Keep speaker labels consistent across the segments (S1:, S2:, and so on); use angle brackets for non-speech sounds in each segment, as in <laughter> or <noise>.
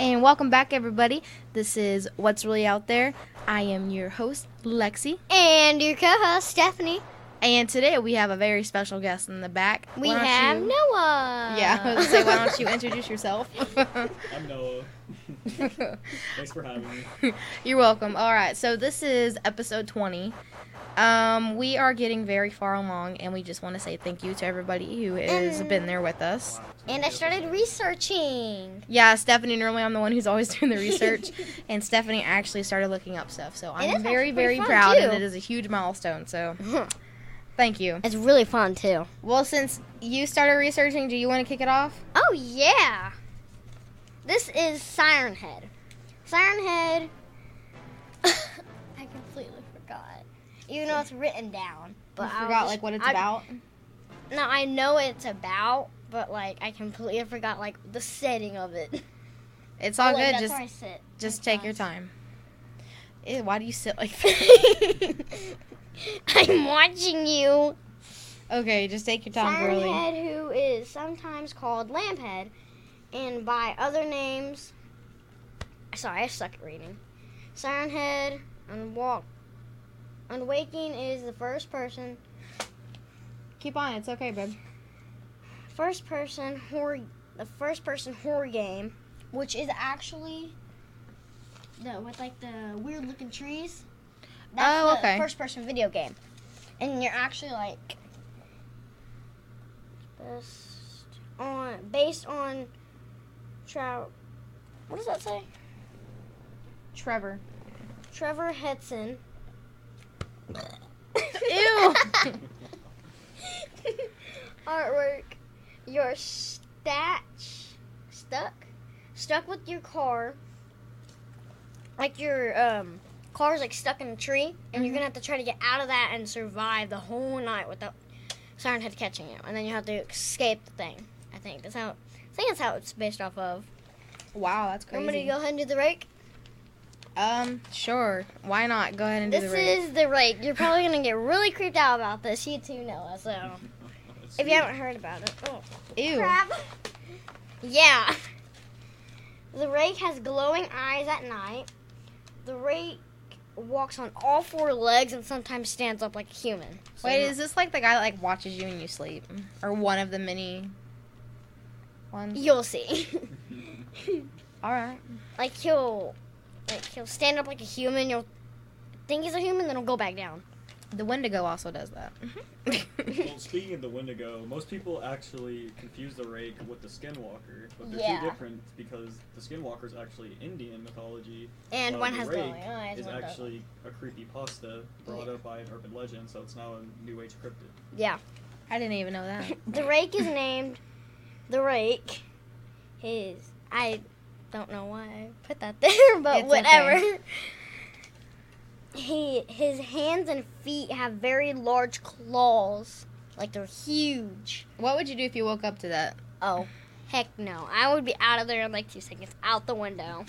S1: And welcome back, everybody. This is What's Really Out There. I am your host, Lexi.
S2: And your co-host Stephanie.
S1: And today we have a very special guest in the back.
S2: We
S1: Why don't
S2: have
S1: you-
S2: Noah.
S1: Yeah, I was gonna say, why don't you introduce yourself?
S2: <laughs>
S3: I'm Noah. Thanks for having me.
S1: <laughs> You're welcome. All right, so this is episode 20. Um, we are getting very far along, and we just want to say thank you to everybody who has
S2: And-
S1: been there with us.
S2: and I started
S3: <laughs>
S2: researching.
S1: Yeah, Stephanie. Normally, I'm the one who's always <laughs> doing the research, and Stephanie actually started looking up stuff. So
S2: is
S1: I'm
S2: actually
S1: very,
S2: pretty
S1: very
S2: fun,
S1: proud, and
S2: too.
S1: it is a huge milestone. So thank you.
S2: <laughs> It's really fun too.
S1: Well, since you started researching, do you want to kick it off?
S2: Oh yeah. This is Siren Head. Siren Head. <laughs> I completely forgot. Even though it's written down, but
S1: I
S2: I'll
S1: forgot
S2: just-
S1: like what it's
S2: I-
S1: about.
S2: No, I know what it's about, but like I completely forgot like the setting of it.
S1: It's all
S2: <laughs> Oh, wait,
S1: good.
S2: that's
S1: Just,
S2: where I sit.
S1: just
S2: That's
S1: take
S2: fine.
S1: your time. Ew, why do you sit like that?
S2: <laughs> I'm watching you.
S1: okay, just take your time,
S2: Siren
S1: girly.
S2: Head, who is sometimes called Lamphead, and by other names. Sorry, I suck at reading. Siren Head and Walk. And Waking is the first person,
S1: Keep on. It's okay, babe.
S2: first person horror, the first person horror game, which is actually the with like the weird looking trees. That's
S1: Oh,
S2: the
S1: okay.
S2: First person video game, and you're actually like based on based on Trout. What does that say?
S1: Trevor.
S2: Trevor Hudson.
S1: Ew.
S2: <laughs> Artwork. Your statch stuck stuck with your car. Like your um car's like stuck in a tree and you're
S1: Mhm.
S2: gonna have to try to get out of that and survive the whole night without Siren Head catching you. And then you have to escape the thing. I think that's how I think that's how it's based off of.
S1: Wow, that's
S2: I'm gonna
S1: crazy.
S2: go ahead and do the rake.
S1: Um, sure. Why not? Go ahead and do
S2: This
S1: the race.
S2: is the rake. You're probably gonna get really creeped out about this. You too, Noah. So if you haven't heard about it, oh.
S1: Ew.
S2: Yeah. The rake has glowing eyes at night. The rake walks on all four legs and sometimes stands up like a human. So-
S1: Wait, is this like the guy that like watches you when you sleep, or one of the many ones?
S2: you'll see. <laughs>
S1: All right.
S2: like he'll, like he'll stand up like a human. You'll think he's a human, then he'll go back down.
S1: The Wendigo also does that. <laughs>
S3: well, speaking of the Wendigo, most people actually confuse the rake with the Skinwalker, but they're
S2: Yeah.
S3: two different because the Skinwalker is actually Indian mythology.
S2: And
S3: while
S2: one
S3: the
S2: has
S3: rake
S2: glowing eyes.
S3: Is
S2: one doesn't.
S3: actually a creepy pasta brought up by an urban legend, so it's now a new age cryptid.
S2: yeah.
S1: I didn't even know
S2: <laughs>
S1: that.
S2: The rake is named the rake. His I don't know why I put that <laughs> there, but
S1: It's
S2: whatever. He his hands and feet have very large claws, like they're huge.
S1: What would you do if you woke up to that?
S2: Oh, heck no! I would be out of there in like two seconds, out the window.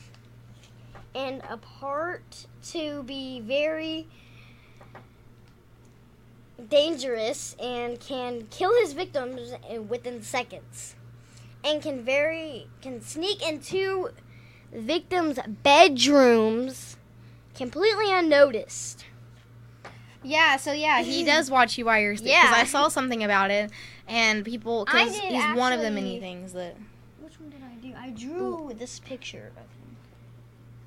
S2: <laughs> and apart to be very dangerous and can kill his victims in- within seconds and can very can sneak into victims bedrooms completely unnoticed
S1: Yeah. So yeah, <laughs> he does watch you while you're sleeping.
S2: Yeah.
S1: I saw something about it, and people.
S2: I
S1: Cause
S2: did
S1: he's one of the many
S2: actually-
S1: things that.
S2: which one did i do i drew this picture of him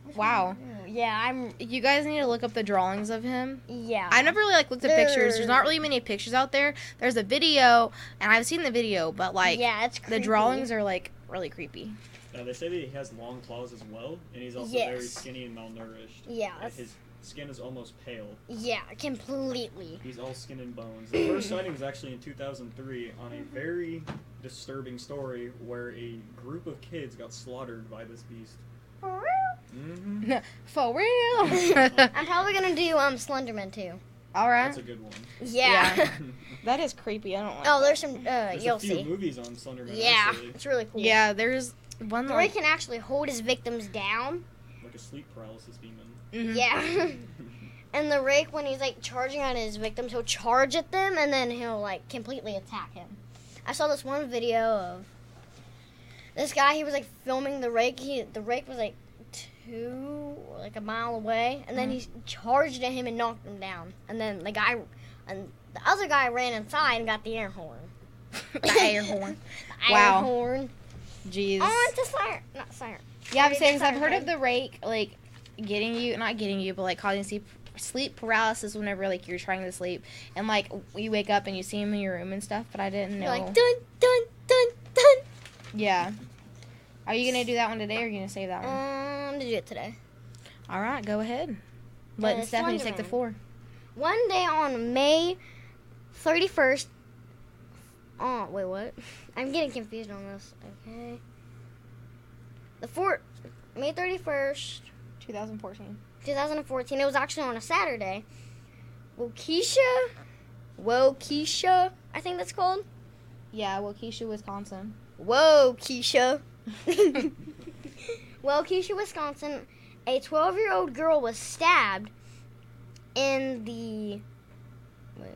S1: one Wow.
S2: yeah i'm
S1: You guys need to look up the drawings of him.
S2: yeah
S1: I've never really like looked at pictures. There's
S2: They're-
S1: not really many pictures out there. There's a video, and I've seen the video, but like
S2: yeah it's
S1: the drawings are like really creepy.
S3: Now they say that he has long claws as well, and he's also very
S2: Yes.
S3: skinny and malnourished.
S2: yeah
S3: Like,
S2: that's-
S3: his skin is almost pale.
S2: yeah <laughs> completely
S3: He's all skin and bones. The <clears throat> first sighting was actually in 2003 on a very disturbing story where a group of kids got slaughtered by this beast. Mm-hmm.
S1: For real.
S2: I'm probably gonna do um Slenderman too.
S1: <laughs> All right.
S3: That's a
S2: <laughs>
S3: good one.
S2: Yeah.
S1: Yeah. That is creepy. I don't like.
S2: oh, there's some. Uh,
S3: <laughs> There's
S2: you'll
S3: a few
S2: see.
S3: movies on Slenderman.
S2: Yeah,
S3: actually,
S2: it's really cool.
S1: Yeah, there's one
S2: Where he
S1: like.
S2: can actually hold his victims down.
S3: like a sleep paralysis demon.
S1: Mhm.
S2: Yeah. <laughs> and the rake, when he's like charging at his victims, he'll charge at them and then he'll like completely attack him. I saw this one video of This guy, he was like filming the rake. He the rake was like two, or, like a mile away, and then he charged at him and knocked him down. And then the guy, and the other guy ran inside and got the air horn.
S1: <laughs> the air <laughs> horn.
S2: The
S1: Wow.
S2: Air horn.
S1: Jeez.
S2: On to siren, not siren.
S1: Yeah, I'm
S2: Sorry,
S1: saying 'cause I've
S2: sorry,
S1: heard
S2: babe.
S1: of the rake, like getting you, not getting you, but like causing sleep sleep paralysis whenever like you're trying to sleep and like you wake up and you see him in your room and stuff. But I didn't know.
S2: You're like dun dun dun dun.
S1: yeah. Are you gonna do that one today, or are you gonna save that one?
S2: Um, did you get today?
S1: All right, go ahead. Let
S2: Uh,
S1: Stephanie take the
S2: Slenderman.
S1: floor.
S2: One day on May 31st. Oh, wait, what? <laughs> I'm getting confused on this. Okay. The four, May 31st,
S1: 2014.
S2: 2014. It was actually on a Saturday. Wokisha, Wokisha, I think that's called.
S1: Yeah, Waukesha, Wisconsin.
S2: Whoa, Keisha. <laughs> well, Keisha, Wisconsin, a 12 year old girl was stabbed in the wait,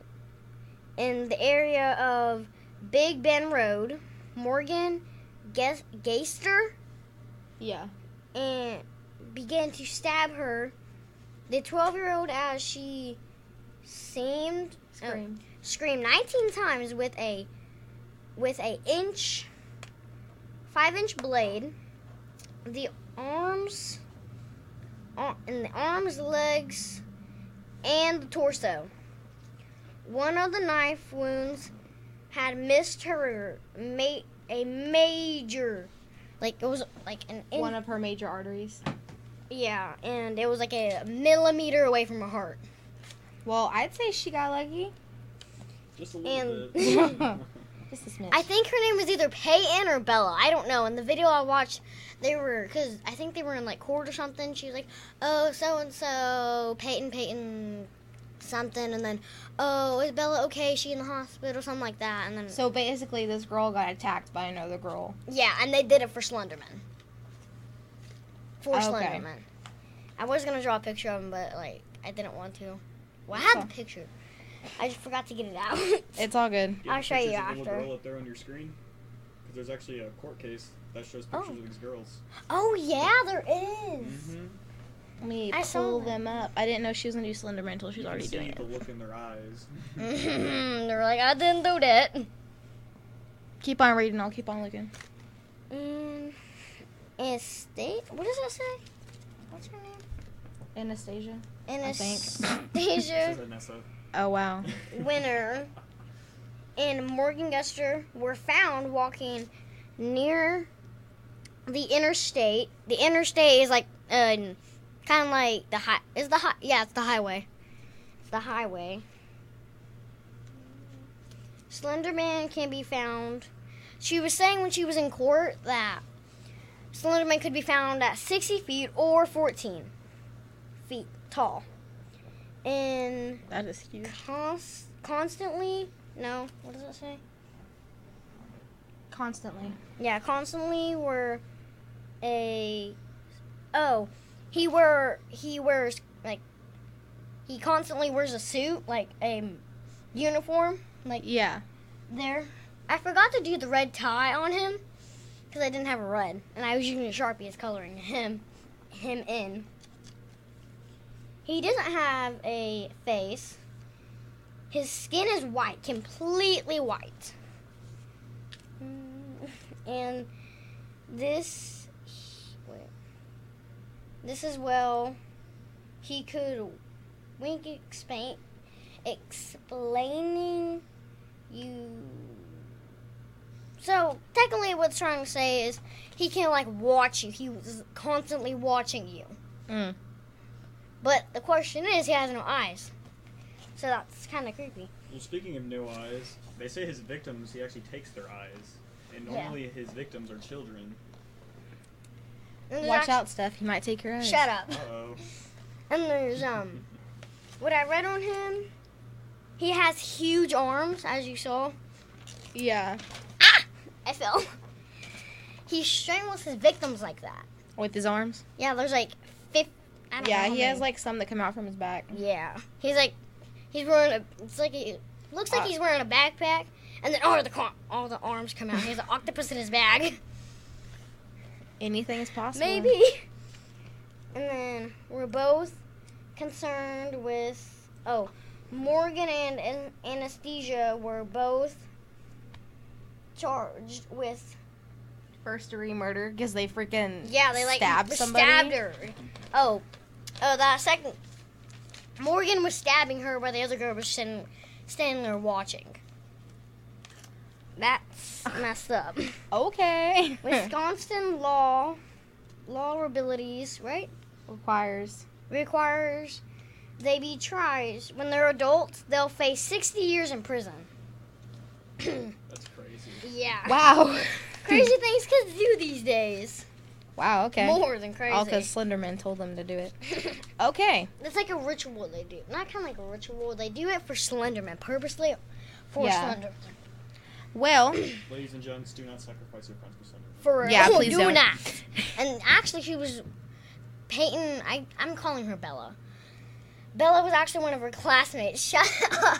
S2: in the area of Big Bend Road, Morgan Ges- Geister,
S1: Yeah.
S2: and began to stab her. The 12 year old, as she seemed,
S1: Scream.
S2: screamed 19 times with a with a inch five inch blade the arms ar- and the arms legs and the torso one of the knife wounds had missed her ma- a major like it was like an in-
S1: One of her major arteries.
S2: yeah and it was like a millimeter away from her heart
S1: Well, I'd say she got lucky.
S3: Just a little
S2: <laughs> And-
S3: bit.
S1: Just a smidge.
S2: I think her name was either Payan or Bella. I don't know. In the video I watched, they were because I think they were in like court or something. She was like, "Oh, so and so, Peyton, Peyton, something," and then, "Oh, is Bella okay? Is she in the hospital?" Something like that. And then,
S1: so basically, this girl got attacked by another girl.
S2: yeah, and they did it for Slenderman. For
S1: Oh, Okay.
S2: Slenderman. I was gonna draw a picture of him, but like I didn't want to. Well, I had
S1: Okay.
S2: the picture. I just forgot to get it out. <laughs>
S1: It's all good.
S3: Yeah,
S2: I'll show you
S3: pictures of the
S2: after.
S3: Little girl up there on your screen, because there's actually a court case that shows
S2: Oh.
S3: pictures of these girls.
S2: oh yeah, there is.
S3: Mm-hmm.
S1: Let me
S2: I saw
S1: pull
S2: that.
S1: them up. I didn't know she was gonna do Slenderman until
S3: you
S1: she's
S3: can
S1: already
S3: see
S1: doing
S3: the
S1: it.
S3: look in their eyes.
S1: Mm-hmm.
S2: <laughs> They're like, I didn't do that.
S1: Keep on reading. I'll keep on looking.
S2: Mm, Estate? What does that say? What's her name?
S1: Anastasia. I think.
S2: <laughs>
S3: Says
S2: Anastasia
S3: Vanessa.
S1: Oh wow.
S3: <laughs>
S2: Winner and Morgan Guster were found walking near the interstate. The interstate is like, uh, kind of like the high. Is the high? Yeah, it's the highway. It's the highway. Slenderman can be found. She was saying when she was in court that Slenderman could be found at 60 feet or 14 feet tall. And
S1: That is huge.
S2: Const- constantly no what does it say
S1: Constantly.
S2: yeah constantly were a oh he wear he wears like he constantly wears a suit like a uniform like
S1: Yeah.
S2: there i forgot to do the red tie on him because i didn't have a red and i was using a sharpie as coloring him him in he doesn't have a face his skin is white completely white Mm, and this wait, this is well he could wink explain explaining you so technically what's trying to say is he can like watch you he was constantly watching you
S1: Mm.
S2: but the question is he has no eyes so that's kind of creepy
S3: Well, speaking of no eyes, they say his victims, he actually takes their eyes. And
S2: Yeah.
S3: normally his victims are children.
S2: And there's
S1: Watch
S2: actu-
S1: out, Steph. He might take your eyes.
S2: shut up
S3: Uh oh.
S2: and there's um what i read on him he has huge arms as you saw Ah!
S1: Yeah.
S2: i fell he strangles his victims like that
S1: With his arms.
S2: yeah there's like 50 I don't know
S1: Yeah.
S2: how
S1: He
S2: many.
S1: has like some that come out from his back.
S2: Yeah. He's like, he's wearing a. It's like he looks like
S1: Uh,
S2: he's oh, wearing a backpack, and then all the co- all the arms come out. He has an octopus in his bag.
S1: Anything is possible.
S2: Maybe. And then we're both concerned with. Oh, Morgan and an- Anesthesia were both charged with.
S1: First degree murder because they freaking
S2: Yeah, they like
S1: stabbed
S2: they
S1: somebody.
S2: stabbed her. Oh, oh, that second. Morgan was stabbing her while the other girl was sitting, standing there watching.
S1: <laughs>
S2: That's messed up.
S1: Okay. <laughs>
S2: Wisconsin law, law abilities, right?
S1: Requires.
S2: requires they be tried. When they're adults, they'll face 60 years in prison. <clears throat>
S3: That's crazy.
S2: yeah.
S1: Wow.
S2: Crazy things kids do these days.
S1: wow. Okay.
S2: More than crazy.
S1: All
S2: <laughs>
S1: because Slenderman told them to do it. Okay.
S2: it's like a ritual they do. Not kind of like a ritual. They do it for Slenderman, purposely for
S1: Yeah.
S2: Slenderman.
S1: Well,
S3: Ladies and gents, do not sacrifice your friends for Slenderman.
S2: For <laughs>
S1: Yeah,
S2: oh,
S1: please
S2: do
S1: don't.
S2: not. And actually, she was Peyton. I I'm calling her Bella. Bella was actually one of her classmates. <laughs> Shut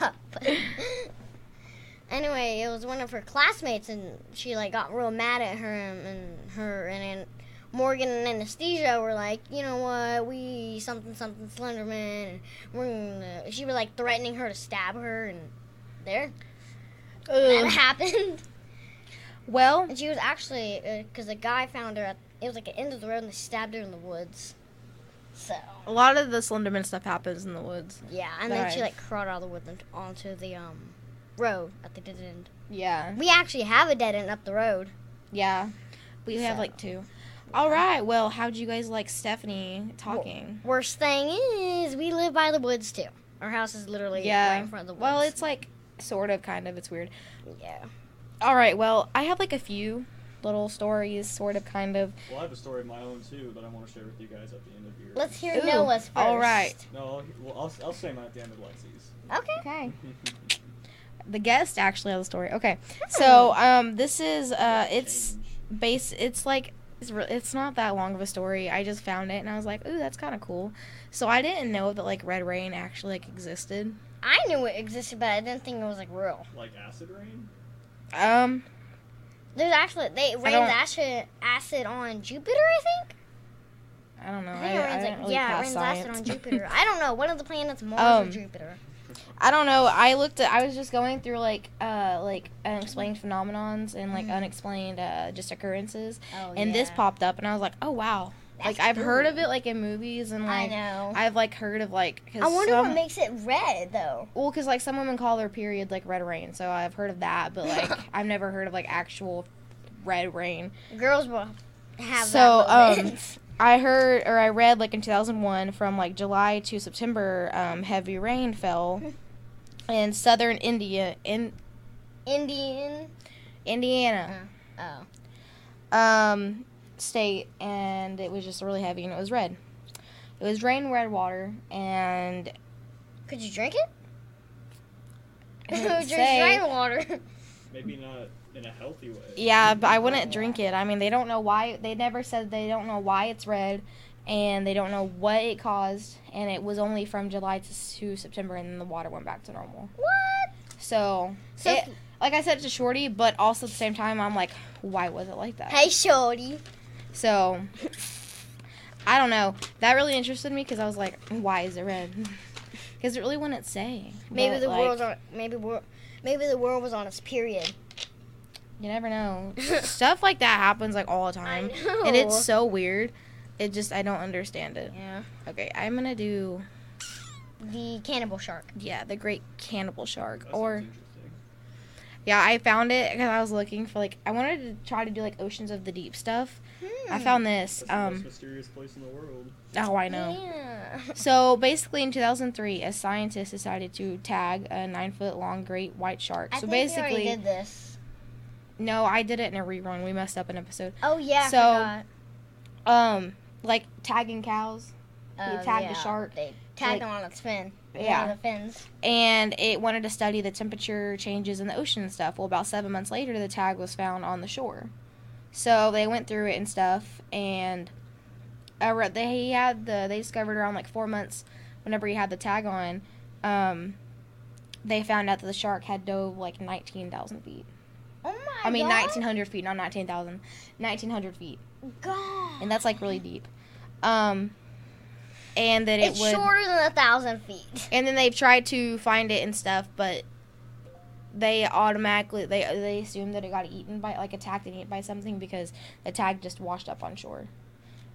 S2: up. anyway, it was one of her classmates, and she like got real mad at her, and, and her and, and Morgan and Anesthesia were like, you know what, we something something Slenderman, and we're gonna, she was like threatening her to stab her, and there that
S1: Ugh.
S2: happened.
S1: well,
S2: And she was actually because a guy found her. At, it was like the end of the road, and they stabbed her in the woods. So
S1: a lot of the Slenderman stuff happens in the woods.
S2: yeah, and then she
S1: Nice.
S2: like crawled out of the woods and onto the um road at the dead end.
S1: Yeah.
S2: We actually have a dead end up the road.
S1: Yeah. We have
S2: So.
S1: like two. All right. Well, how'd you guys like Stephanie talking?
S2: Worst thing is we live by the woods too. Our house is literally
S1: Yeah.
S2: right in front of the woods.
S1: Well, it's like sort of, kind of. It's weird.
S2: yeah.
S1: All right. Well, I have like a few little stories, sort of, kind of.
S3: Well, I have a story of my own too that I want to share with you guys at the end of your.
S2: Let's hear
S1: Ooh,
S2: Noah's first.
S1: all right.
S3: No, I'll, well, I'll, I'll say mine at the end of Lexi's.
S2: Okay.
S1: Okay. The guest actually has a story. Okay. So, um, this is uh, it's
S3: Change.
S1: base it's like it's, re- it's not that long of a story i just found it and i was like ooh that's kind of cool so i didn't know that like red rain actually like existed
S2: I knew it existed, but I didn't think it was like real.
S3: like acid rain.
S1: um
S2: There's actually they rained
S1: don't-
S2: acid acid on Jupiter, I think.
S1: i don't know
S2: I
S1: i,
S2: think it
S1: I
S2: rains
S1: didn't
S2: like,
S1: really
S2: yeah, it
S1: pass
S2: rains acid
S1: <laughs> science.
S2: on Jupiter. I don't know. One of the planets, Mars or
S1: Um,
S2: Jupiter.
S1: i don't know i looked at i was just going through like uh like unexplained phenomenons and like
S2: Mhm.
S1: unexplained uh just occurrences
S2: Oh,
S1: and this
S2: yeah.
S1: popped up and i was like oh wow
S2: That's
S1: like i've heard
S2: cool.
S1: of it like in movies and
S2: I
S1: like
S2: know. I,
S1: i've like heard of like 'cause
S2: wonder
S1: some-
S2: what makes it red though.
S1: Well, because like some women call their period like red rain, so I've heard of that, but <laughs> like I've never heard of like actual red rain.
S2: Girls will have
S1: So,
S2: that
S1: um,
S2: moment.
S1: I heard or I read like in 2001 from like July to September, um, heavy rain fell in southern India in
S2: <laughs> Indian.
S1: Indiana
S2: Oh,
S1: um, state, and it was just really heavy and it was red. It was rain red water, and
S2: could you drink it? <laughs>
S1: I didn't
S2: Drink
S1: say.
S2: rain water. <laughs>
S3: Maybe not in a healthy way.
S1: Yeah, but I wouldn't drink it. I mean, they don't know why. They never said they don't know why it's red, and they don't know what it caused. And it was only from July to, to September, and then the water went back to normal.
S2: what?
S1: So,
S2: So,
S1: it, like I said to Shorty, but also at the same time, I'm like, why was it like that?
S2: hey, shorty.
S1: So, I don't know. That really interested me because I was like, why is it red? <laughs> Because it really wouldn't say.
S2: Maybe
S1: But,
S2: the
S1: like,
S2: world's on. Maybe world. Maybe the world was on its period.
S1: You never
S2: <laughs>
S1: know. Stuff like that happens like all the
S2: I
S1: time,
S2: know.
S1: and it's so weird. It just I don't understand it.
S2: yeah.
S1: Okay, I'm gonna do
S2: The cannibal shark.
S1: yeah the Great Cannibal Shark
S3: That
S1: or
S3: sounds interesting.
S1: yeah I found it because I was looking for like I wanted to try to do like Oceans of the Deep stuff. I
S2: Hmm.
S1: found this.
S3: That's the most
S1: Um,
S3: mysterious place in the world.
S1: oh I know.
S2: Yeah. <laughs>
S1: So basically, in 2003, a scientist decided to tag a nine foot long great white shark.
S2: I
S1: so
S2: think we already
S1: basically,
S2: did this.
S1: no, I did it in a rerun. We messed up an episode.
S2: Oh yeah. I
S1: So,
S2: forgot.
S1: Um, like tagging cows,
S2: Oh,
S1: tagged the
S2: yeah,
S1: shark.
S2: They tagged
S1: Like-
S2: him on its fin.
S1: Yeah.
S2: One of the fins.
S1: and it wanted to study the temperature changes in the ocean and stuff. Well, about seven months later, the tag was found on the shore. So they went through it and stuff, and I read they he had the they discovered around like four months, whenever he had the tag on, um, they found out that the shark had dove like nineteen thousand feet.
S2: Oh my
S1: I mean,
S2: God.
S1: 1,900 feet, not 19,000. 1,900 feet.
S2: God.
S1: And that's like really deep. Um, and that it
S2: it's
S1: would.
S2: shorter than a thousand feet.
S1: And then they've tried to find it and stuff, but they automatically they they assume that it got eaten by like attacked and eaten by something because the tag just washed up on shore,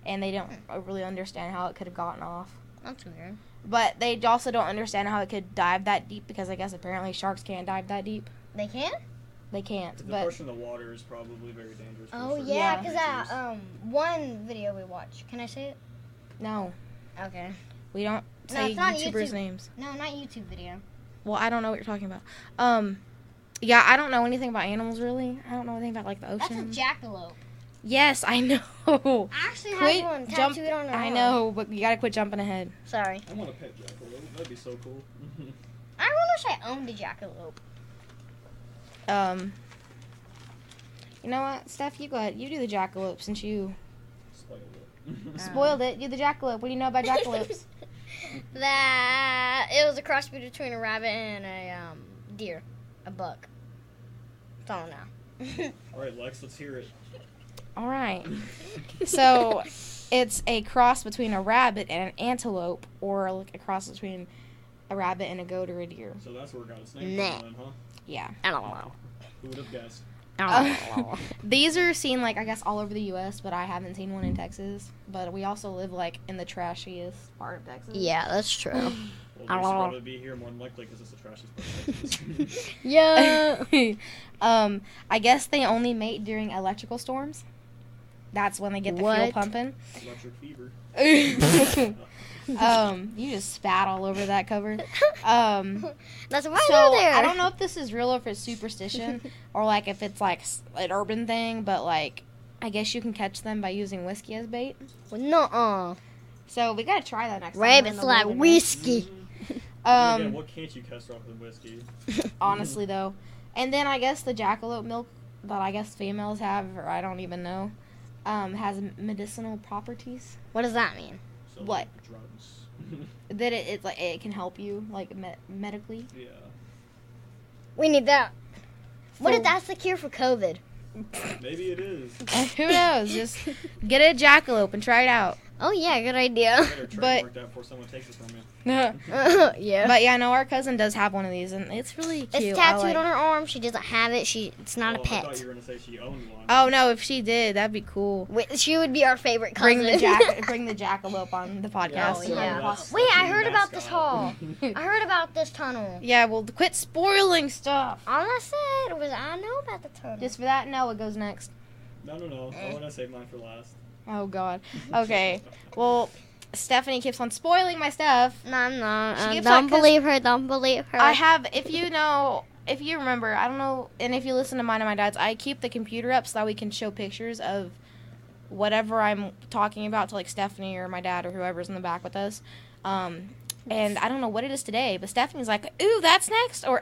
S1: and they don't
S2: Hmm.
S1: really understand how it could have gotten off.
S2: That's weird.
S1: But they also don't understand how it could dive that deep because I guess apparently sharks can't dive that deep.
S2: They can?
S1: They can't.
S3: The
S1: But
S3: portion of the water is probably very dangerous. for
S2: Oh
S3: certain
S2: yeah,
S1: yeah.
S2: because
S3: creatures.
S2: that um one video we watched. Can I say it?
S1: no,
S2: Okay.
S1: we don't
S2: No,
S1: say
S2: it's not
S1: YouTubers'
S2: YouTube.
S1: names.
S2: No, not YouTube video.
S1: Well, I don't know what you're talking about. Um, yeah, I don't know anything about animals really. I don't know anything about like the
S2: That's a
S1: ocean.
S2: jackalope.
S1: yes, I
S2: <laughs>
S1: know.
S2: I actually
S1: Quit
S2: have one
S1: jump-
S2: tattooed on her
S1: I
S2: arm.
S1: know, but you gotta quit jumping ahead.
S2: Sorry.
S3: I want a pet jackalope. That'd be so cool. <laughs>
S2: I really wish I owned a jackalope.
S1: Um, you know what, Steph? You go ahead. You do the jackalope since you
S3: Spoil
S2: Uh. <laughs>
S3: it.
S1: spoiled it. You the jackalope. What do you know about jackalopes?
S2: that it was a cross between a rabbit and a um, deer, a buck. Don't know.
S3: All right, Lex, let's hear it.
S1: All right. <laughs> So it's a cross between a rabbit and an antelope, or like a cross between a rabbit and a goat or a deer.
S3: So that's where it got its name
S2: Nah.
S3: from, then, huh?
S1: Yeah.
S2: <laughs> I don't know.
S3: Who would have guessed?
S1: Uh, These are seen like I guess all over the U.S., but I haven't seen one in Texas. But we also live like in the trashiest part of Texas.
S2: yeah, that's true.
S3: Well,
S2: I
S3: they should
S2: don't know.
S3: probably be here more than likely because it's the trashiest part.
S2: <laughs> yeah.
S1: <laughs> um, I guess they only mate during electrical storms. That's when they get the fuel
S2: What? <laughs>
S1: pumping. <laughs>
S3: Electric fever.
S1: um, you just spat all over that cover. Um,
S2: that's why
S1: so
S2: they're there.
S1: I don't know if this is real or if it's superstition
S2: <laughs>
S1: or like if it's like s- an urban thing, but like I guess you can catch them by using whiskey as bait.
S2: No,
S1: So we gotta try that next time. we're in
S2: rabbits
S1: the
S2: like
S1: wilderness.
S2: whiskey.
S3: Um,
S1: Um,
S3: Mm. what can't you catch off of whiskey?
S1: honestly though. And then I guess the jackalope milk that I guess females have, or I don't even know, um, has medicinal properties.
S2: What does that mean?
S3: So,
S1: What?
S3: like, Drugs.
S1: That it, it's like it can help you like me- medically. <laughs>
S3: yeah.
S2: We need that. What
S1: So-
S2: if that's the cure for COVID?
S3: Maybe it is.
S1: And who knows?
S2: <laughs>
S1: Just get a jackalope and try it out.
S2: Oh yeah, good idea. <laughs>
S3: Better
S1: But-
S3: trademark that before someone takes it from me.
S1: but
S2: yeah.
S1: yeah, no, our cousin does have one of these, and it's really cute.
S2: it's
S1: I
S2: tattooed
S1: like-
S2: on her arm. She doesn't have it. She it's not
S3: oh,
S2: a
S3: I thought
S2: pet.
S3: you were gonna say she owned one.
S1: Oh no! If she did, that'd be cool.
S2: Wait, she would be our favorite cousin.
S1: Bring the jack, bring the jackalope on the podcast.
S2: Oh,
S1: and
S2: yeah.
S1: that's-
S2: Wait, I heard about this
S3: Mascot.
S2: <laughs> I heard about this tunnel.
S1: yeah. Well, quit spoiling stuff.
S2: All I said was I know about the tunnel.
S1: Just for that, Noah goes next.
S3: <laughs> no, no, no. I want to save mine for last.
S1: Oh God.
S3: <laughs>
S1: Okay. Well, Stephanie keeps on spoiling my stuff.
S2: no, I'm not.
S1: She
S2: Uh,
S1: gives
S2: don't
S1: out 'cause-
S2: believe her. Don't believe her.
S1: I
S2: <laughs>
S1: have, if you know, if you remember, I don't know, and if you listen to mine and my dad's, I keep the computer up so that we can show pictures of whatever I'm talking about to like Stephanie or my dad or whoever's in the back with us. Um, and I don't know what it is today, but Stephanie's like, "Ooh, that's next," or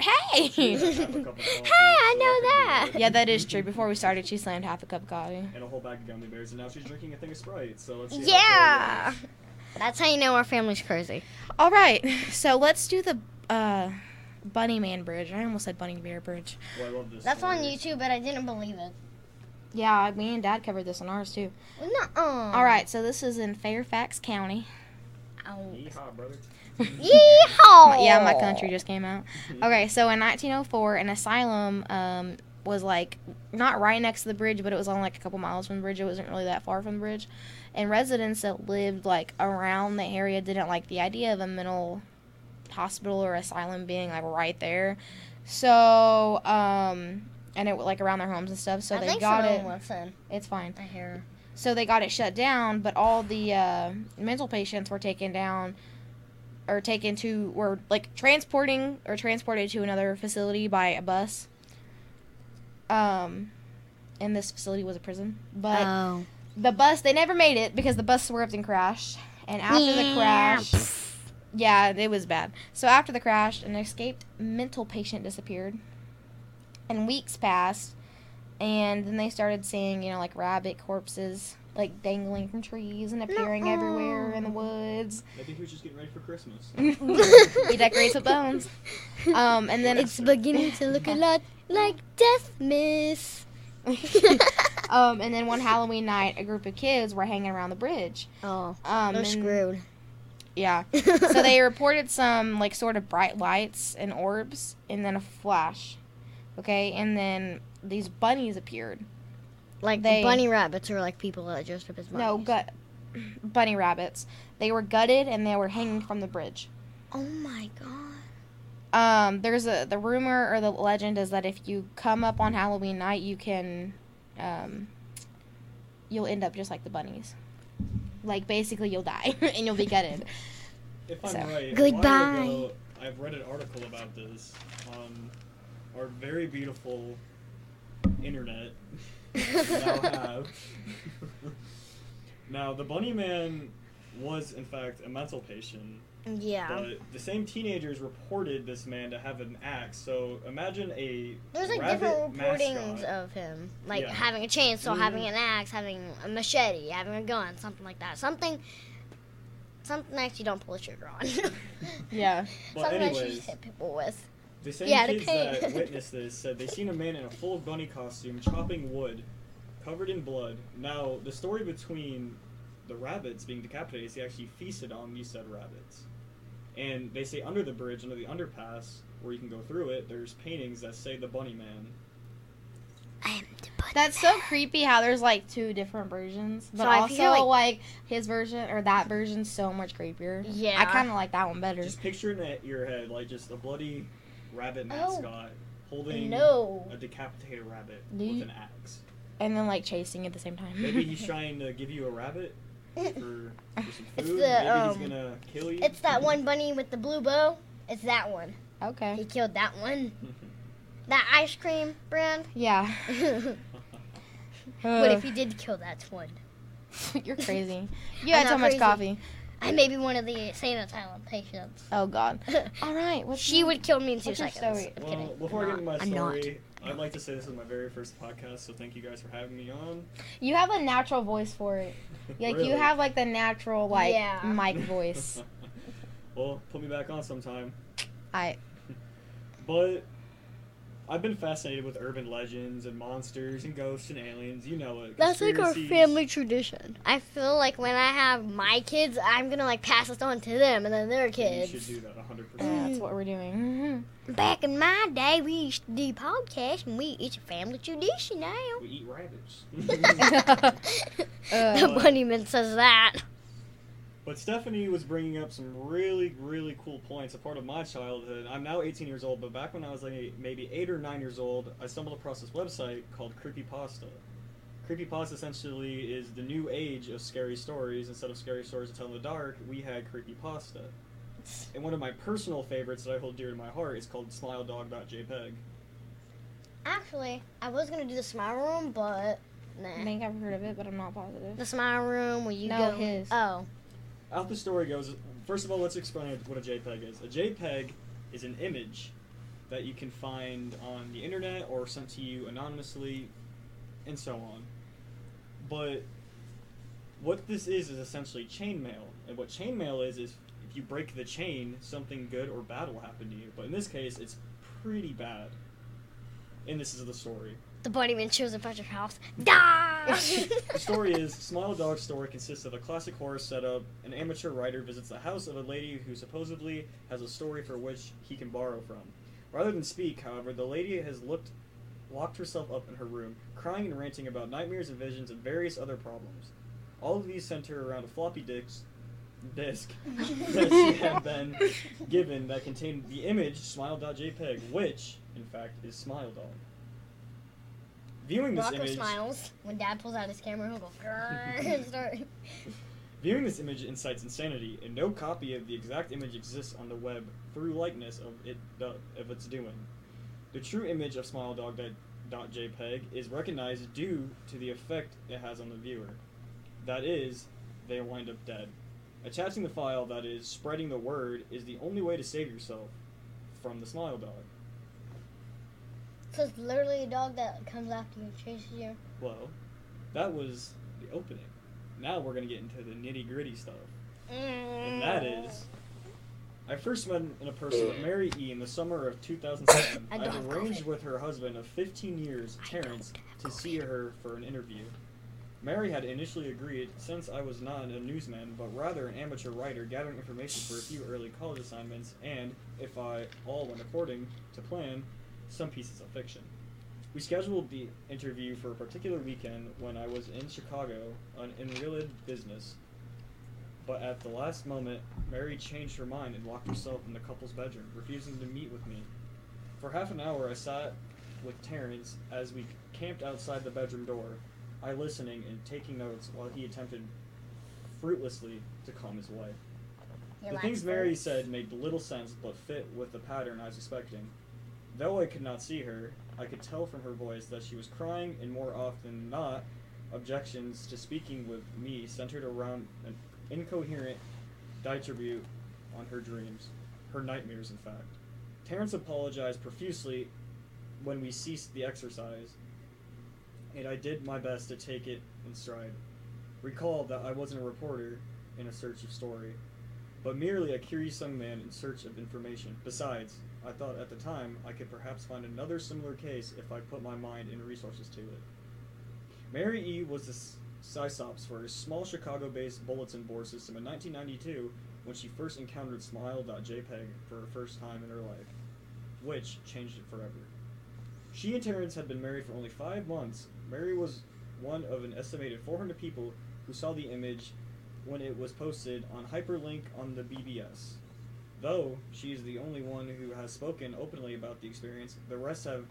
S1: <laughs>
S3: She
S1: "Hey."
S3: does have a cup of coffee,
S2: Hey, <laughs>
S3: so
S2: I
S3: could be
S2: know that.
S3: it.
S1: yeah, that is true. Before we started, she slammed half a cup of coffee.
S3: And a whole bag of gummy bears, and now she's drinking a thing of Sprite. So let's see. how
S2: yeah.
S3: crazy
S2: That's how you know our family's crazy.
S1: All right, so let's do the uh, Bunny Man Bridge. I almost said Bunny Bear Bridge.
S3: it is. Well, I love this.
S2: That's on
S3: story.
S2: YouTube, but I didn't believe it.
S1: Yeah, me and Dad covered this on ours too.
S2: Well, no. uh,
S1: All right, so this is in Fairfax County.
S3: Yeehaw, brother.
S1: My-
S2: Yeehaw.
S1: yeah, my country just came out. Okay, so in 1904, an asylum um, was like not right next to the bridge, but it was on like a couple miles from the bridge. It wasn't really that far from the bridge, and residents that lived like around the area didn't like the idea of a mental hospital or asylum being like right there. So, um, and it like around their homes and stuff. So
S2: I
S1: they
S2: think
S1: got
S2: someone
S1: it.
S2: Listen,
S1: It's fine
S2: I hear.
S1: so they got it shut down but all the uh, mental patients were taken down or taken to were like transporting or transported to another facility by a bus um and this facility was a prison but
S2: oh.
S1: the bus they never made it because the bus swerved and crashed and after the crash yeah it was bad so after the crash an escaped mental patient disappeared and weeks passed and then they started seeing you know like rabbit corpses like dangling from trees and appearing everywhere in the woods. <laughs>
S3: Maybe he was just getting ready for Christmas.
S2: <laughs>
S1: he decorates with bones. Um, and then
S2: It's beginning to look a lot like Death <laughs> Miss.
S1: um, and then one Halloween night, a group of kids were hanging around the bridge.
S2: oh,
S1: Um,
S2: they're
S1: and-
S2: screwed.
S1: Yeah. So
S2: <laughs>
S1: they reported some like sort of bright lights and orbs, and then a flash. Okay, and then these bunnies appeared.
S2: like
S1: they-
S2: bunny rabbits are like people that dressed up as bunnies.
S1: No, gut bunny rabbits. They were gutted and they were hanging from the bridge.
S2: Oh my god.
S1: Um, there's a the rumor or the legend is that if you come up on Halloween night, you can, um, you'll end up just like the bunnies. Like basically, you'll die <laughs> and you'll be gutted.
S3: If I'm
S1: So-
S3: right, A
S2: Goodbye.
S3: while ago, I've read an article about this on our very beautiful
S2: <laughs>
S3: internet. now have. now the bunny man was in fact a mental patient,
S2: Yeah.
S3: but the same teenagers reported this man to have an axe. So imagine a
S2: There's like
S3: rabbit
S2: different reportings
S3: mascot.
S2: of him, like
S3: Yeah.
S2: having a chainsaw,
S3: Mhm.
S2: having an axe, having a machete, having a gun, something like that. Something, something that you don't pull the trigger on. <laughs>
S1: Yeah.
S3: But
S2: something that you
S3: anyways,
S2: just hit people with.
S3: the same
S2: Yeah, the
S3: kids
S2: cane. <laughs>
S3: that witnessed this said they seen a man in a full bunny costume chopping wood, covered in blood. Now the story between the rabbits being decapitated is he actually feasted on these said rabbits, and they say under the bridge, under the underpass where you can go through it, there's paintings that say the bunny man.
S2: I am the bunny.
S1: That's so creepy how there's like two different versions, but
S2: So I
S1: also
S2: feel
S1: like, his version or that version's so much creepier.
S2: Yeah.
S1: I kind of like that one better.
S3: Just picture in that- your head like just a bloody rabbit
S2: Oh.
S3: mascot holding
S2: No.
S3: a decapitated rabbit
S1: Do
S3: with
S1: you-
S3: an axe.
S1: And then like chasing at the same time.
S3: Maybe
S1: <laughs>
S2: <laughs>
S3: he's trying to give you a rabbit for, for some food.
S2: It's the,
S3: Maybe
S2: um,
S3: he's gonna kill you.
S2: It's that one bunny with the blue bow. It's that one. He
S1: okay.
S2: killed that one. <laughs> That ice cream brand. <laughs>
S1: Yeah.
S2: but if
S1: Ugh.
S2: he did kill that one?
S1: <laughs> You're
S2: <laughs>
S1: crazy. You
S2: I'm
S1: had so
S2: not
S1: much
S2: crazy.
S1: coffee.
S2: I may be one of the insane asylum patients. <laughs>
S1: Oh God. All right. What's
S2: she would kill me in two
S1: What's your
S2: seconds. I'm
S1: story?
S3: well,
S2: kidding.
S3: before I get into my
S2: I'm not.
S3: story, I'd like to say this is my very first podcast, so thank you guys for having
S2: <laughs>
S3: me on.
S1: You have a natural voice for it. Like
S3: Really.
S1: you have like the natural like
S2: Yeah.
S3: <laughs>
S1: mic voice.
S3: well, put me back on sometime.
S1: I
S3: But I've been fascinated with urban legends and monsters and ghosts and aliens. You know it.
S2: That's like our
S3: conspiracies.
S2: family tradition. I feel like when I have my kids, I'm gonna like pass this on to them and then their
S3: You
S2: kids.
S3: should do that 100%.
S1: yeah, uh, that's what we're
S2: <laughs>
S1: doing.
S2: Back in my day, we used to do podcasts, and we it's a family tradition now.
S3: We eat rabbits.
S2: <laughs>
S3: <laughs>
S2: the
S1: Oh.
S3: Uh,
S2: bunnyman says that.
S3: But Stephanie was bringing up some really, really cool points. A part of my childhood. I'm now 18 years old, but back when I was like maybe eight or nine years old, I stumbled across this website called Creepypasta. Creepypasta essentially is the new age of scary stories. Instead of scary stories to tell in the dark, we had creepypasta. And one of my personal favorites that I hold dear to my heart is called SmileDog.jpg.
S2: Actually, I was gonna do the smile room, but
S1: I
S2: nah.
S1: think I've heard of it, but I'm not positive.
S2: The smile room where you
S1: No,
S2: go.
S1: his.
S2: Oh,
S3: How the story goes, first of all, let's explain what a JPEG is. A JPEG is an image that you can find on the internet or sent to you anonymously, and so on. But what this is is essentially chainmail, and what chainmail is is if you break the chain, something good or bad will happen to you. But in this case, it's pretty bad. And this is the story.
S2: the bunnyman shows up at your house. <laughs> Die.
S3: The story is Smile Dog's story consists of a classic horror setup. An amateur writer visits the house of a lady who supposedly has a story for which he can borrow from. Rather than speak, however, the lady has looked, locked herself up in her room, crying and ranting about nightmares and visions and various other problems. All of these center around a floppy disk, disk <laughs> that she
S2: <laughs>
S3: had been given that contained the image Smile.jpg, E which, in fact, is Smile Dog. Viewing this
S2: Rocco
S3: image.
S2: smiles. When Dad pulls out his camera, he'll go. "Grrr," and start- <laughs>
S3: Viewing this image incites insanity, and no copy of the exact image exists on the web through likeness of it of its doing. The true image of SmileDog.jpg E is recognized due to the effect it has on the viewer. That is, they wind up dead. Attaching the file, that is, spreading the word, is the only way to save yourself from the Smile Dog.
S2: So it's literally a dog that comes after you and chases you.
S3: Well, that was the opening. Now we're gonna get into the nitty gritty stuff,
S2: Mm.
S3: and that is. I first met in person with Mary E. in the summer of 2007.
S2: I
S3: I
S2: don't have
S3: have arranged
S2: COVID.
S3: with her husband of 15 years,
S2: I
S3: Terrence,
S2: don't have
S3: to see her for an interview. Mary had initially agreed, since I was not a newsman, but rather an amateur writer gathering information for a few early college assignments and, if I all went according to plan, some pieces of fiction. We scheduled the interview for a particular weekend when I was in Chicago on unrelated business, but at the last moment, Mary changed her mind and locked herself in the couple's bedroom, refusing to meet with me. For half an hour, I sat with Terrence as we camped outside the bedroom door, I listening and taking notes while he attempted fruitlessly to calm his wife. The things Mary said made little sense but fit with the pattern I was expecting. Though I could not see her, I could tell from her voice that she was crying, and more often than not, objections to speaking with me centered around an incoherent diatribe on her dreams, her nightmares, in fact. Terrence apologized profusely when we ceased the exercise, and I did my best to take it in stride. Recall that I wasn't a reporter in a search of story but merely a curious young man in search of information. Besides, I thought at the time I could perhaps find another similar case if I put my mind and resources to it. Mary E. was the SciSops for a small Chicago based bulletin board system in 1992 when she first encountered smile.jpg E for her first time in her life, which changed it forever. She and Terrence had been married for only five months. Mary was one of an estimated 400 people who saw the image when it was posted on hyperlink on the BBS. Though she is the only one who has spoken openly about the experience, the rest have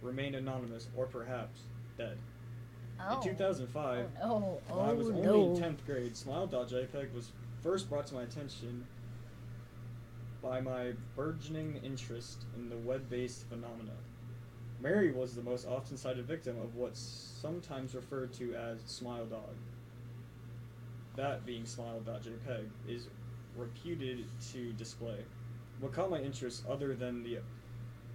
S3: remained anonymous or perhaps dead.
S2: Oh.
S3: In 2005,
S2: Oh, no.
S3: when I
S2: Oh,
S3: was
S2: no.
S3: only in 10th grade, Smile.jpg was first brought to my attention by my burgeoning interest in the web based phenomena. Mary was the most often cited victim of what's sometimes referred to as Smile Dog. That being Smile.jpg is reputed to display. What caught my interest, other than the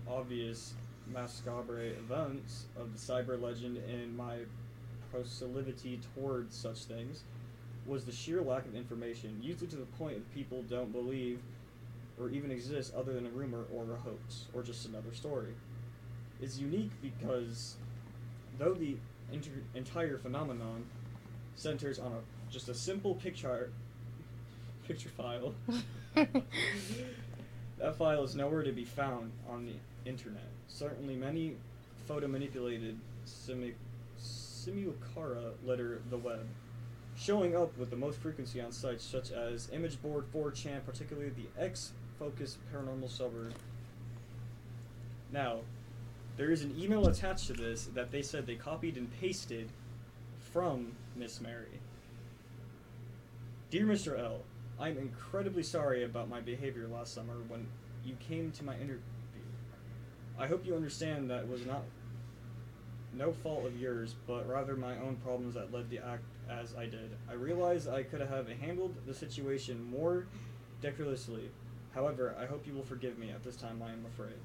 S3: obvious macabre events of the cyber legend and my proclivity towards such things, was the sheer lack of information, usually to the point that people don't believe or even exist other than a rumor or a hoax or just another story. It's unique because though the inter- entire phenomenon centers on a, just a simple picture picture file that file is nowhere to be found on the internet. Certainly, many photo manipulated simu- simulacra litter the web, showing up with the most frequency on sites such as ImageBoard, 4chan, particularly the X Focus Paranormal Suburb. Now, there is an email attached to this that they said they copied and pasted from Miss Mary. Dear Mr. L, I'm incredibly sorry about my behavior last summer when you came to my interview. I hope you understand that was not no fault of yours, but rather my own problems that led the act as I did. I realize I could have handled the situation more decorously. However, I hope you will forgive me at this time. I am afraid.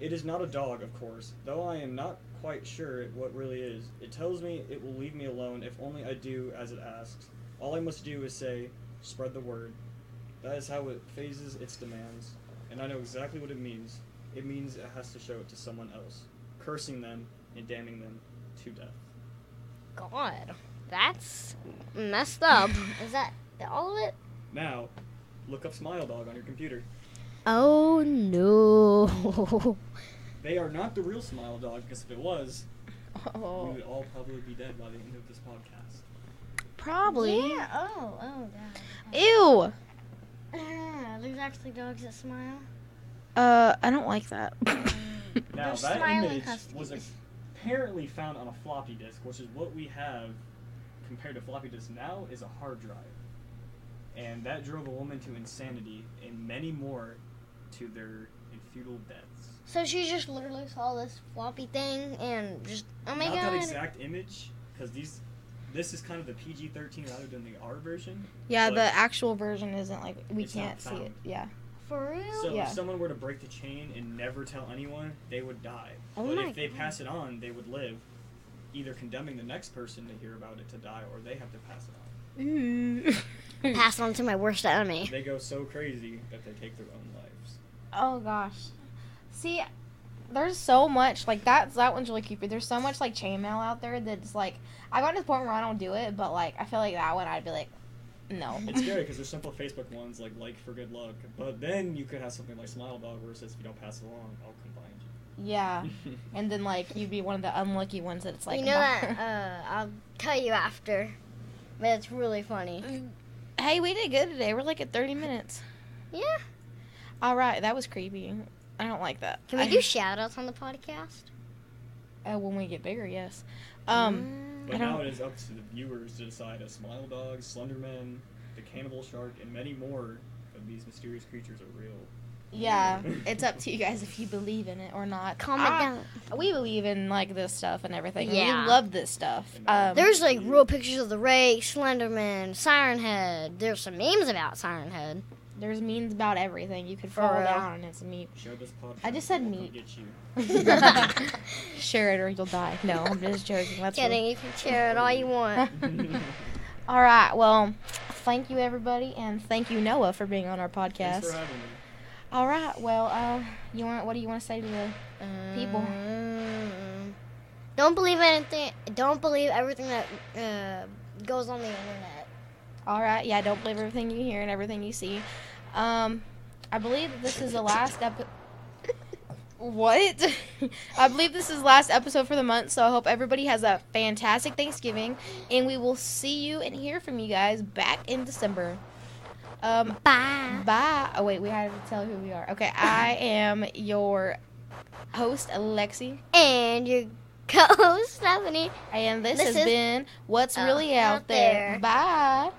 S3: It is not a dog, of course, though I am not quite sure it what really is. It tells me it will leave me alone if only I do as it asks. All I must do is say, spread the word. That is how it phases its demands, and I know exactly what it means. It means it has to show it to someone else, cursing them and damning them to death.
S2: God, that's messed up. Is that all of it?
S3: Now, look up Smile Dog on your computer.
S2: Oh no.
S3: They are not the real Smile Dog, because if it was, we
S1: Oh,
S3: would all probably be dead by the end of this podcast.
S1: probably.
S2: Yeah. Oh. Oh God.
S1: Ew.
S2: There's actually dogs that smile.
S1: Uh, I don't like that. <laughs>
S3: Now
S2: They're
S3: that
S2: smiling
S3: image was
S2: huskies.
S3: apparently found on a floppy disk, which is what we have compared to floppy disk now is a hard drive, and that drove a woman to insanity and many more to their futile deaths.
S2: So she just literally saw this floppy thing and just oh my
S3: Not
S2: god.
S3: that exact image, because these this is kind of the PG-13 rather than the R version.
S1: yeah,
S3: But-
S1: the actual version isn't like we
S3: It's not
S1: can't see it.
S3: found.
S1: Yeah.
S2: For real?
S3: So
S1: Yeah.
S3: if someone were to break the chain and never tell anyone, they would die.
S2: Oh
S3: but
S2: my
S3: if they
S2: God.
S3: pass it on, they would live. either condemning the next person to hear about it to die or they have to pass it on. <laughs>
S2: Pass it on to my worst enemy.
S3: They go so crazy that they take their own lives.
S1: Oh gosh. See, there's so much like that's that one's really creepy. There's so much like chainmail out there that's like I got to the point where I don't do it, but like I feel like that one I'd be like, no.
S3: It's scary because there's simple Facebook ones like like for good luck, but then you could have something like Smile Dog where it says if you don't pass it along, I'll come find you.
S1: <laughs> yeah, and then like you'd be one of the unlucky ones that it's like.
S2: you know that? Uh, I'll tell you after. But it's really funny.
S1: <laughs> hey, we did good today. We're like at 30 minutes.
S2: Yeah.
S1: All right, that was creepy. I don't like that.
S2: Can we
S1: I- <laughs>
S2: do shout outs on the podcast?
S1: uh, when we get bigger? Yes.
S2: Mm.
S1: Um. I
S3: But
S1: don't-
S3: now it is up to the viewers to decide if Smile Dog, Slenderman, the Cannibal Shark, and many more of these mysterious creatures are real. <laughs>
S1: Yeah, it's up to you guys if you believe in it or not.
S2: Comment
S1: I-
S2: down.
S1: We believe in like this stuff and everything.
S2: Yeah.
S1: We love this stuff. Um,
S2: There's like real pictures of the Rake, Slenderman, Siren Head. There's some memes about Siren Head.
S1: there's memes about everything. You could
S2: For
S1: fall
S2: real.
S1: down and it's a
S2: <laughs>
S1: meme.
S3: Share this podcast.
S1: I just said
S3: we'll come
S1: meat.
S3: Get you.
S1: <laughs>
S3: <laughs>
S1: Share it or you'll die. No, I'm just joking. That's
S2: Kidding, you can share it all you want.
S1: rude. <laughs> All right. Well, thank you everybody, and thank you Noah for being on our
S3: Thanks
S1: podcast.
S3: for having me.
S1: All right. Well, uh, you want what do you want to say to the People.
S2: Um, Don't believe anything. Don't believe everything that uh, goes on the internet.
S1: All right. Yeah, don't believe everything you hear and everything you see. Um, I believe that this is the last episode. What? <laughs> I believe this is the last episode for the month, so I hope everybody has a fantastic Thanksgiving, and we will see you and hear from you guys back in December. Um,
S2: Bye.
S1: bye. Oh wait, we had to tell who we are. Okay, I am your host Alexi,
S2: And your <laughs> co-host Stephanie.
S1: and this,
S2: This
S1: has
S2: is
S1: been what's
S2: Out
S1: really out, there.
S2: There.
S1: Bye.